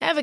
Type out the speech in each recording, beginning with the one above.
Ever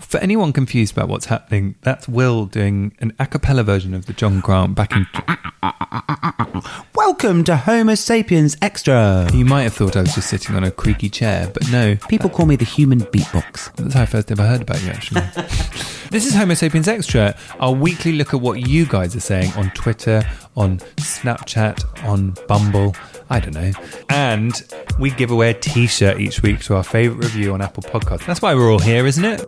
For anyone confused about what's happening, that's Will doing an a cappella version of the John Grant backing. Welcome to Homo sapiens Extra. You might have thought I was just sitting on a creaky chair, but no, People call me the human beatbox. that's how I first ever heard about you, actually. this is Homo Sapiens Extra, our weekly look at what you guys are saying on Twitter, on Snapchat, on Bumble, I don't know. And we give away a t shirt each week to our favourite review on Apple Podcasts. That's why we're all here, isn't it?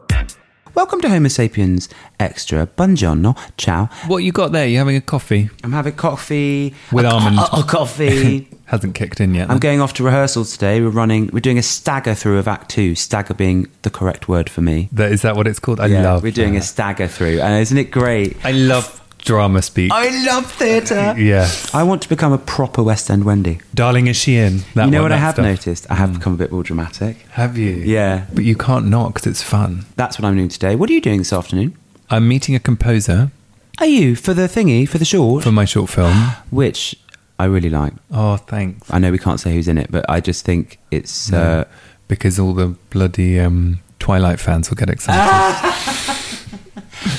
Welcome to Homo sapiens Extra. Buongiorno, ciao. What you got there? You having a coffee? I'm having coffee With A- a- almond. a- a coffee. Hasn't kicked in yet. I'm going off to rehearsals today. We're running. We're doing a stagger through of Act Two. Stagger being the correct word for me. That, is that what it's called? I love. We're doing a that. stagger through, and isn't it great? I love drama speak. I love theatre. yeah, I want to become a proper West End Wendy. darling, is she in? That you know one, that what I have stuff. Mm. noticed? I have become a bit more dramatic. Have you? Yeah. but you can't not because it's fun. That's what I'm doing today. What are you doing this afternoon? I'm meeting a composer Are you for the thingy for the short, for my short film. which I really like. oh, thanks. I know we can't say who's in it, but I just think it's. Uh, Because all the bloody um, Twilight fans will get excited. Ah!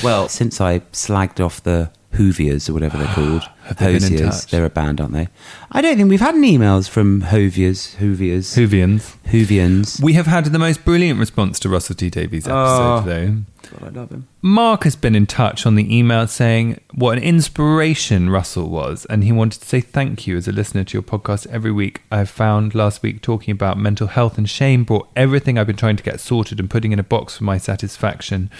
well, since I slagged off the Hooviers or whatever they're called, Have they been in Hosiers, touch? they're a band, aren't they? I don't think we've had any emails from Hoviers, Hooviers, Hoovians. Hoovians. We have had the most brilliant response to Russell T Davies' episode, Oh. though. God, I love him. Mark has been in touch on the email saying what an inspiration Russell was, and he wanted to say thank you as a listener to your podcast every week. I found last week talking about mental health and shame brought everything I've been trying to get sorted and putting in a box for my satisfaction.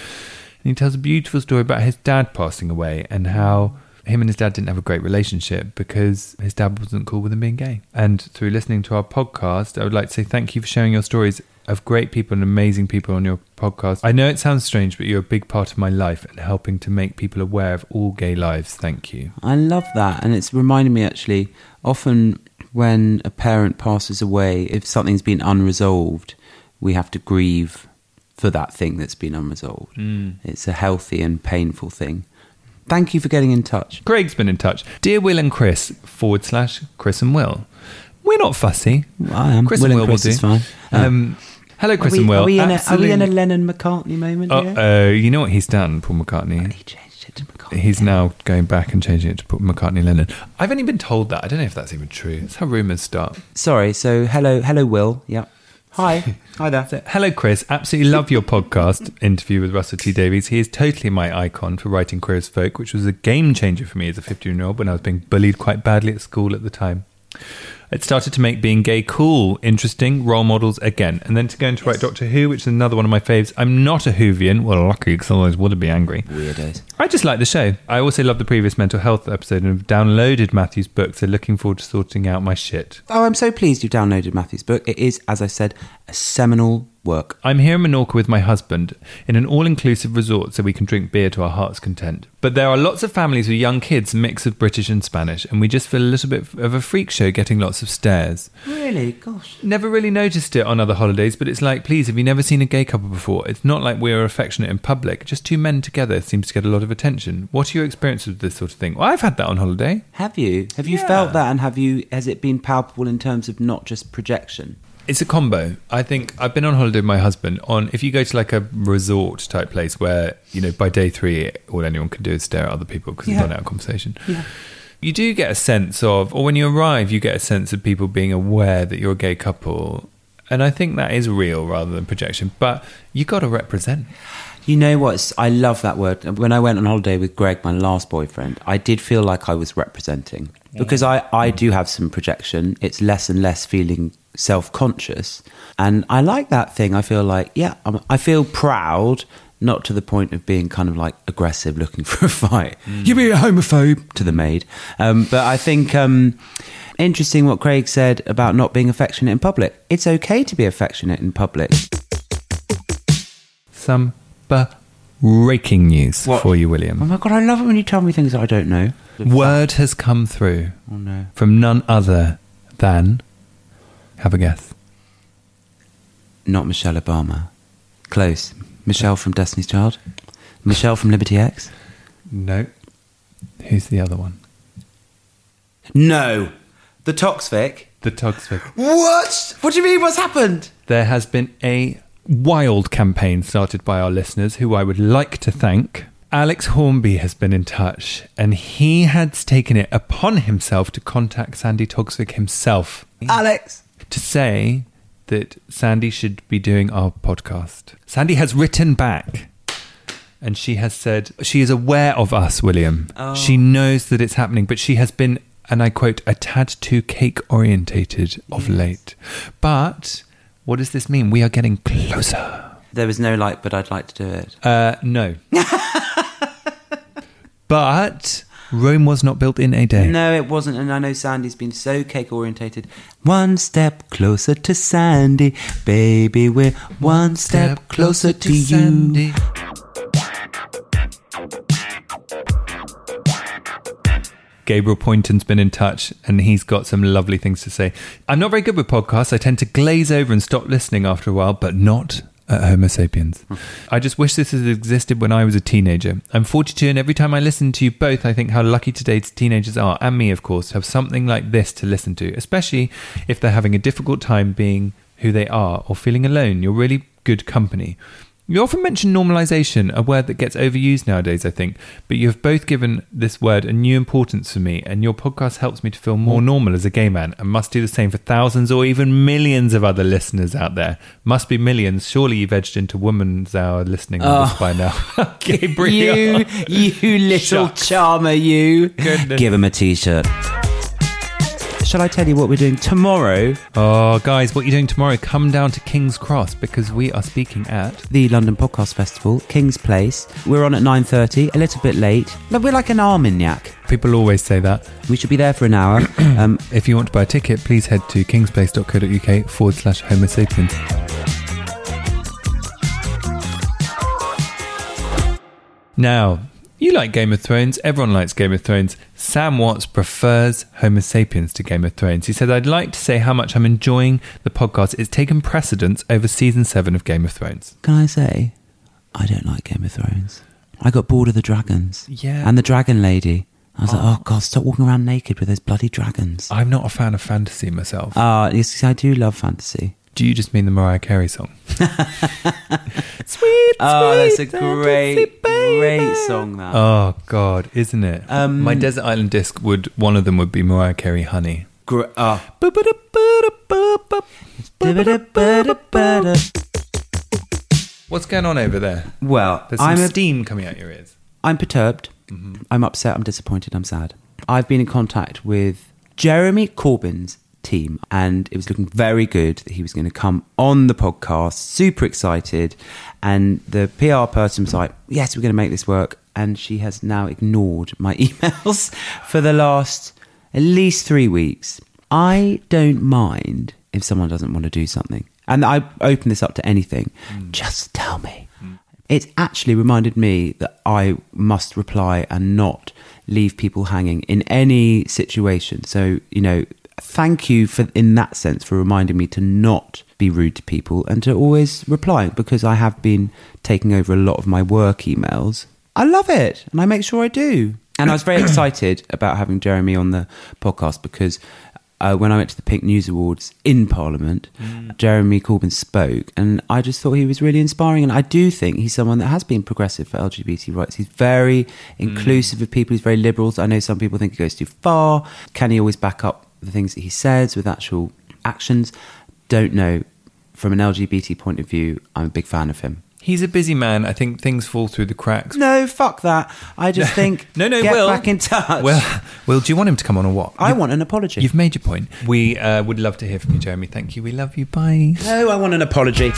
And he tells a beautiful story about his dad passing away and how him and his dad didn't have a great relationship because his dad wasn't cool with him being gay. And through listening to our podcast, I would like to say thank you for sharing your stories of great people and amazing people on your podcast. I know it sounds strange, but you're a big part of my life and helping to make people aware of all gay lives. Thank you. I love that, and it's reminded me actually. Often, when a parent passes away, if something's been unresolved, we have to grieve for that thing that's been unresolved. Mm. It's a healthy and painful thing. Thank you for getting in touch. Craig's been in touch. Dear Will and Chris, forward slash Chris and Will. We're not fussy. I am. Chris Will and and Will Chris will do. is fine. Yeah. Um, hello, Chris are we, and Will. Are we, in a, are we in a Absolutely- Lennon McCartney moment here? Uh, uh, you know what he's done, Paul McCartney. he changed it to McCartney. He's now going back and changing it to Paul McCartney Lennon. I've only been told that. I don't know if that's even true. That's how rumours start. Sorry. So hello, hello, Will. Yep. Hi. Hi there. So, hello, Chris. Absolutely love your podcast interview with Russell T Davies. He is totally my icon for writing queer as folk, which was a game changer for me as a 15 year old when I was being bullied quite badly at school at the time. It started to make being gay cool, interesting, role models again. And then to go into write Doctor Who, which is another one of my faves. I'm not a Whovian. Well, lucky, because otherwise would be angry. Weirdos. I just like the show. I also love the previous mental health episode and have downloaded Matthew's book, so looking forward to sorting out my shit. Oh, I'm so pleased you've downloaded Matthew's book. It is, as I said, a seminal work. I'm here in Menorca with my husband in an all inclusive resort so we can drink beer to our heart's content. But there are lots of families with young kids, a mix of British and Spanish, and we just feel a little bit of a freak show getting lots of stares. Really? Gosh. Never really noticed it on other holidays, but it's like, please, have you never seen a gay couple before? It's not like we're affectionate in public. Just two men together seems to get a lot of attention. What are your experiences with this sort of thing? Well, I've had that on holiday. Have you? Have you Yeah. felt that and have you has it been palpable in terms of not just projection? It's a combo. I think I've been on holiday with my husband on if you go to like a resort type place where, you know, by day three all anyone can do is stare at other people because Yeah. it's not out of conversation. You do get a sense of or when you arrive you get a sense of people being aware that you're a gay couple. And I think that is real rather than projection. But you gotta represent. You know what's I love that word. When I went on holiday with Greg, my last boyfriend, I did feel like I was representing. because I, I do have some projection. It's less and less feeling self conscious. And I like that thing. I feel like, yeah, I'm, I feel proud, not to the point of being kind of like aggressive looking for a fight. You be a homophobe to the maid. Um, but I think um, interesting what Craig said about not being affectionate in public. It's okay to be affectionate in public. Some breaking news for you, William. Oh my God, I love it when you tell me things that I don't know. Word has come through Oh no. from none other than. Have a guess. Not Michelle Obama. Close. Michelle from Destiny's Child. Michelle from Liberty X. No. Who's the other one? No. The Toxvic. The Toxic. What? What do you mean? What's happened? There has been a wild campaign started by our listeners, who I would like to thank. Alex Hornby has been in touch, and he had taken it upon himself to contact Sandy Toxic himself Alex. to say that Sandy should be doing our podcast. Sandy has written back. And she has said she is aware of us, William. Oh. She knows that it's happening, but she has been, and I quote, a tad too cake orientated of late. But what does this mean? We are getting closer. There was no like, but I'd like to do it. Uh, no. but Rome was not built in a day. No, it wasn't. And I know Sandy's been so cake orientated. One step closer to Sandy, baby. We're one step closer to you. Sandy. Gabriel Poynton's been in touch and he's got some lovely things to say. I'm not very good with podcasts. I tend to glaze over and stop listening after a while, but not at Homo sapiens. I just wish this had existed when I was a teenager. I'm 42 and every time I listen to you both, I think how lucky today's teenagers are, and me, of course, to have something like this to listen to, especially if they're having a difficult time being who they are or feeling alone. You're really good company. You often mention normalization, a word that gets overused nowadays, I think, but you have both given this word a new importance for me, and your podcast helps me to feel more normal as a gay man and must do the same for thousands or even millions of other listeners out there. Must be millions. Surely you've edged into woman's hour listening on this by now. Gabriel. You, you little Shucks. charmer, you. Goodness. Give him a t shirt. Shall I tell you what we're doing tomorrow? Oh, guys, what are you doing tomorrow? Come down to King's Cross because we are speaking at. the London Podcast Festival, King's Place. We're on at 9.30, a little bit late. No, we're like an Armagnac. People always say that. We should be there for an hour. um, If you want to buy a ticket, please head to kingsplace.co.uk forward slash Homo sapiens. Now, you like Game of Thrones, everyone likes Game of Thrones. Sam Watts prefers Homo sapiens to Game of Thrones. He said, I'd like to say how much I'm enjoying the podcast. It's taken precedence over season seven of Game of Thrones. can I say, I don't like Game of Thrones. I got bored of the dragons. Yeah. And the dragon lady. I was like, oh, God, stop walking around naked with those bloody dragons. I'm not a fan of fantasy myself. Ah, yes, I do love fantasy. Do you just mean the Mariah Carey song? sweet, sweet. Oh, that's a fantasy great, baby. great song, that. Oh God, isn't it? My desert island disc would one of them would be Mariah Carey, "Honey." Gr- oh. What's going on over there? Well, There's some Mm-hmm. I'm a steam coming out your ears. I'm perturbed. I'm upset. I'm disappointed. I'm sad. I've been in contact with Jeremy Corbyn's team, and it was looking very good that he was going to come on the podcast. Super excited. And the PR person was like, Yes, we're going to make this work. And she has now ignored my emails for the last at least three weeks. I don't mind if someone doesn't want to do something. And I open this up to anything. Just tell me. It's actually reminded me that I must reply and not leave people hanging in any situation. So, you know, thank you for in that sense for reminding me to not be rude to people and to always reply because I have been taking over a lot of my work emails. I love it and I make sure I do. And I was very excited about having Jeremy on the podcast because uh, when I went to the Pink News Awards in Parliament, Jeremy Corbyn spoke, and I just thought he was really inspiring. And I do think he's someone that has been progressive for LGBT rights. He's very inclusive of people. He's very liberal. I know some people think he goes too far. Can he always back up the things that he says with actual actions? Don't know. From an LGBT point of view, I'm a big fan of him. He's a busy man. I think things fall through the cracks. No, fuck that. I just think no, no, get Will. back in touch. Well, Will, do you want him to come on or what? I You- want an apology. You've made your point. We uh, would love to hear from you, Jeremy. Thank you. We love you. Bye. No, I want an apology.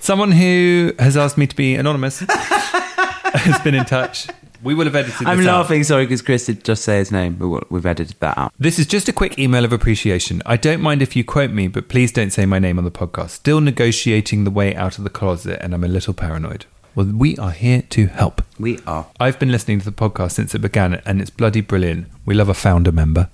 Someone who has asked me to be anonymous has been in touch. We will have edited this I'm out. laughing, sorry, because Chris did just say his name, but we'll- we've edited that out. This is just a quick email of appreciation. I don't mind if you quote me, but please don't say my name on the podcast. Still negotiating the way out of the closet, and I'm a little paranoid. Well, we are here to help. We are. I've been listening to the podcast since it began, and it's bloody brilliant. We love a founder member.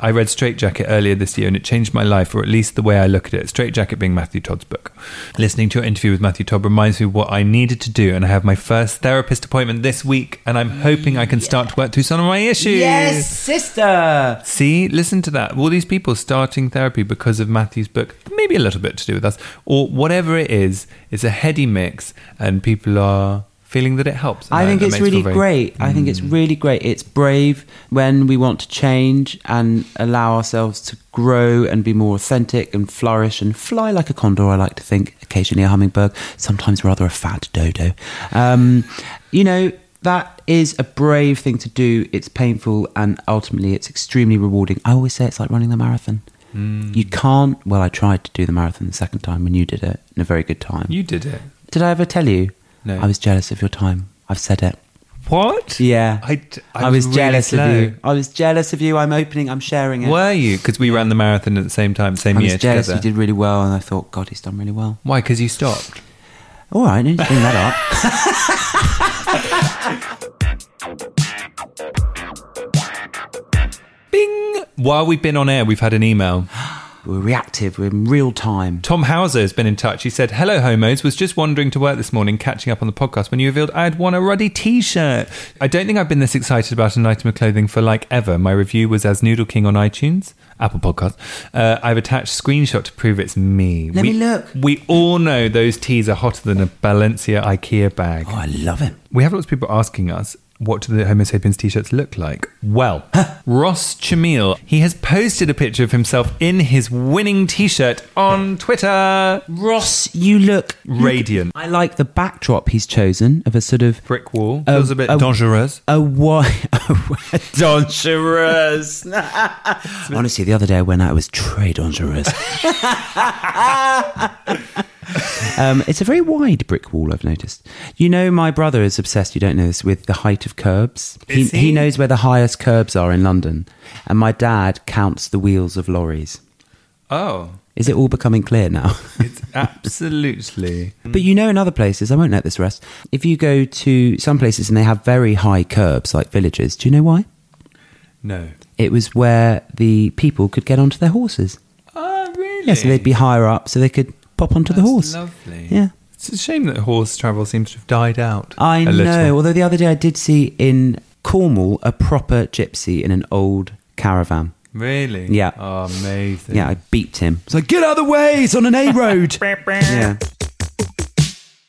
I read Straight Jacket earlier this year, and it changed my life, or at least the way I look at it. Straight Jacket being Matthew Todd's book. Listening to your interview with Matthew Todd reminds me of what I needed to do, and I have my first therapist appointment this week, and I'm hoping I can start to work through some of my issues. Yes, sister. See, listen to that. All these people starting therapy because of Matthew's book, maybe a little bit to do with us, or whatever it is, it's a heady mix, and people are feeling that it helps. And I that- think that it's makes me really feel very- Mm. great. I think it's really great. It's brave when we want to change and allow ourselves to grow and be more authentic and flourish and fly like a condor, I like to think. Occasionally a hummingbird, sometimes rather a fat dodo. Um, you know, that is a brave thing to do. It's painful and ultimately it's extremely rewarding. I always say it's like running the marathon. Mm. You can't. Well, I tried to do the marathon the second time when you did it in a very good time. You did it. Did I ever tell you? No. I was jealous of your time. I've said it. What? Yeah. I, d- I was, really jealous slow. of you. I was jealous of you. I'm opening, I'm sharing it. Were you? Because we ran the marathon at the same time, same I was year jealous together. you did really well, and I thought, God, he's done really well. Why? Because you stopped. All right, I need to bring that up. Bing. While we've been on air, we've had an email. We're reactive, we're in real time. Tom Hauser has been in touch. He said, Hello, homos. Was just wandering to work this morning, catching up on the podcast when you revealed I had won a ruddy t shirt. I don't think I've been this excited about an item of clothing for like ever. My review was as Noodle King on iTunes, Apple Podcast. Uh, I've attached screenshot to prove it's me. Let me look. We all know those teas are hotter than a Balencia IKEA bag. Oh, I love him. We have lots of people asking us what do the Homo sapiens t-shirts look like? Well, Ross Chamil, he has posted a picture of himself in his winning t-shirt on Twitter. Ross, you look Radiant. I like the backdrop he's chosen of a sort of Brick wall. A- Feels a bit a- dangerous. a wide dangerous. Honestly, the other day I went out, it was très dangerous. um, it's a very wide brick wall, I've noticed. You know, my brother is obsessed, you don't know this, with the height of curbs. Is he, he? he knows where the highest curbs are in London. And my dad counts the wheels of lorries. Oh, Is it all becoming clear now? it's absolutely. But you know, in other places, I won't let this rest. If you go to some places and they have very high curbs, like villages, do you know why? No. It was where the people could get onto their horses. Oh, really? Yeah, so they'd be higher up, so they could pop onto the That's horse. lovely. Yeah. It's a shame that horse travel seems to have died out. I a know. little. Although the other day I did see in Cornwall a proper gypsy in an old caravan. Really? Yeah. Oh, amazing. Yeah, I beeped him. It's like, get out of the way, it's on an A road. yeah.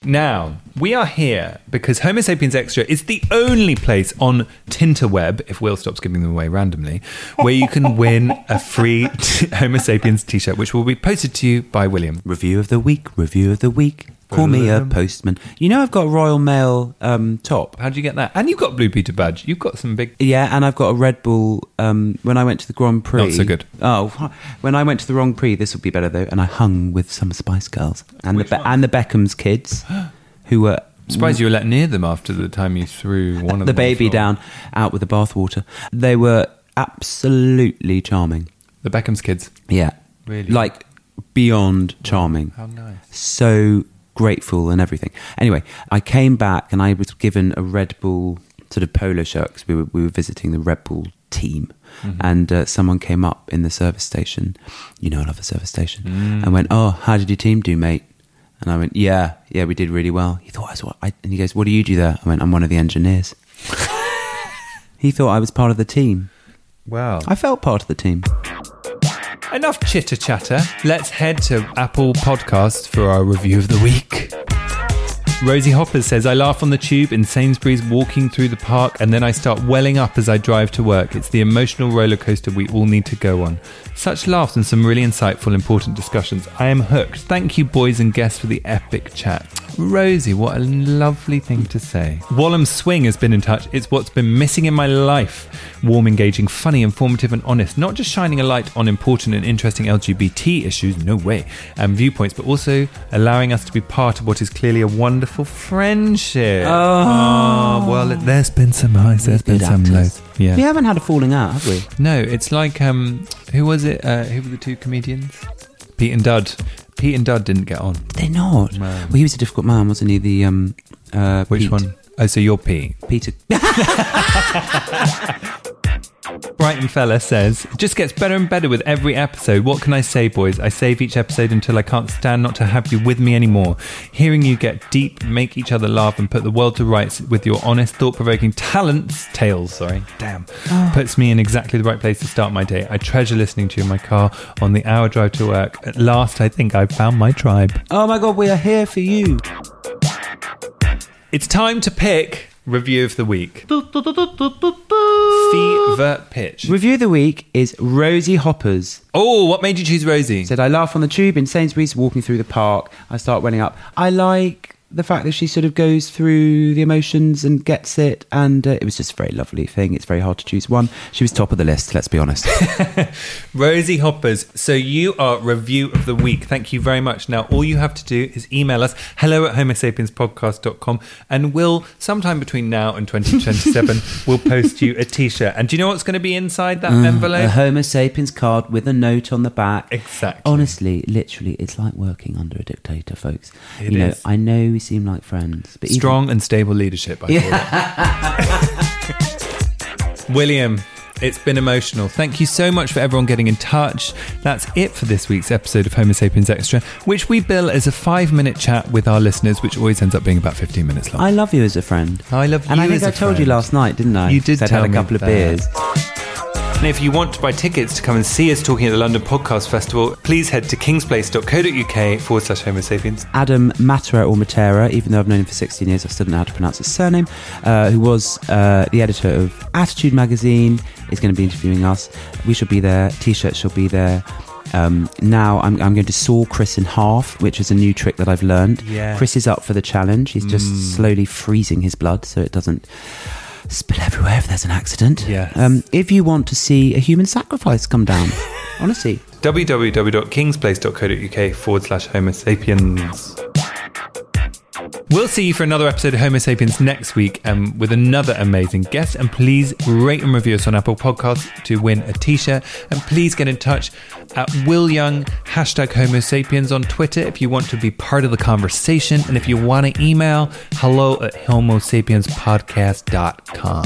Now, we are here because Homo sapiens Extra is the only place on Tinterweb, if Will stops giving them away randomly, where you can win a free t- Homo sapiens t shirt, which will be posted to you by William. Review of the week, review of the week. Call me a Brilliant. postman. You know, I've got a Royal Mail um, top. How do you get that? And you've got Blue Peter badge. You've got some big. Yeah, and I've got a Red Bull. Um, when I went to the Grand Prix, Not so good. Oh, when I went to the Grand Prix, this would be better though. And I hung with some Spice Girls and Which the Be- one? and the Beckham's kids, who were I'm surprised you were let near them after the time you threw one of them the on baby floor. down out with the bathwater. They were absolutely charming. The Beckham's kids. Yeah, Really? like beyond charming. How nice. so grateful and everything. Anyway, I came back and I was given a Red Bull sort of polo shirt 'cause we were, we were visiting the Red Bull team. Mm-hmm. And uh, someone came up in the service station, you know, I love a service station, Mm. and went, Oh, how did your team do, mate? And I went, Yeah, yeah, we did really well. He thought I was what? I, and he goes, What do you do there? I went, I'm one of the engineers. he thought I was part of the team. Wow. I felt part of the team. Enough chitter chatter. Let's head to Apple Podcasts for our review of the week. Rosie Hopper says, I laugh on the tube in Sainsbury's walking through the park, and then I start welling up as I drive to work. It's the emotional roller coaster we all need to go on. Such laughs and some really insightful, important discussions. I am hooked. Thank you, boys and guests, for the epic chat. Rosie, what a lovely thing to say. Wallum Swing has been in touch. It's what's been missing in my life. Warm, engaging, funny, informative, and honest. Not just shining a light on important and interesting LGBT issues, no way, and viewpoints, but also allowing us to be part of what is clearly a wonderful friendship. Oh, well, it- there's been some highs, there's been Good some actors. lows. Yeah. We haven't had a falling out, have we? No, it's like um, who was it? Uh, who were the two comedians? Pete and Dud. Pete and Dud didn't get on. They're not. Well, he was a difficult man, wasn't he? The um, uh, Which Pete- one? Oh, so you're Pete. Peter. Brighton Fella says, "It just gets better and better with every episode. What can I say, boys? I save each episode until I can't stand not to have you with me anymore. Hearing you get deep, make each other laugh, and put the world to rights with your honest, thought-provoking talents, tales, sorry, damn, puts me in exactly the right place to start my day. I treasure listening to you in my car on the hour drive to work. At last, I think I've found my tribe. Oh my God, we are here for you. It's time to pick review of the week. Fever pitch. Review of the week is Rosie Hoppers. Oh, what made you choose Rosie? Said I laugh on the tube in Sainsbury's, walking through the park. I start welling up. I like the fact that she sort of goes through the emotions and gets it, and uh, it was just a very lovely thing. It's very hard to choose one. She was top of the list. Let's be honest. Rosie Hoppers, so you are review of the week. Thank you very much. Now, all you have to do is email us hello at homo sapiens podcast.com and we'll, sometime between now and 2027, we'll post you a t shirt. And do you know what's going to be inside that a envelope? Homo sapiens card with a note on the back. Exactly. Honestly, literally, it's like working under a dictator, folks. It you know, is. I know we seem like friends, but even- Strong and stable leadership, I call it. William, it's been emotional. Thank you so much for everyone getting in touch. That's it for this week's episode of Homo Sapiens Extra, which we bill as a five minute chat with our listeners, which always ends up being about 15 minutes long. I love you as a friend. I love And I you think as I a told you friend. last night, didn't I? You did Said tell I had me a couple of that. beers. And if you want to buy tickets to come and see us talking at the London Podcast Festival, please head to kingsplace.co.uk forward slash Homo Sapiens. Adam Matera or Matera, even though I've known him for 16 years, I still don't know how to pronounce his surname, uh, who was uh, the editor of Attitude magazine, is going to be interviewing us. We shall be there, t shirts shall be there. Um, now I'm, I'm going to saw Chris in half, which is a new trick that I've learned. Yes. Chris is up for the challenge. He's just slowly freezing his blood so it doesn't spill everywhere if there's an accident. Yes. Um, if you want to see a human sacrifice come down, honestly, www.kingsplace.co.uk forward slash Homo Sapiens. We'll see you for another episode of Homo Sapiens next week um, with another amazing guest. And please rate and review us on Apple Podcasts to win a t shirt. And please get in touch at Will Young, hashtag Homo Sapiens on Twitter if you want to be part of the conversation. And if you want to email, hello at Homo Sapiens Podcast.com.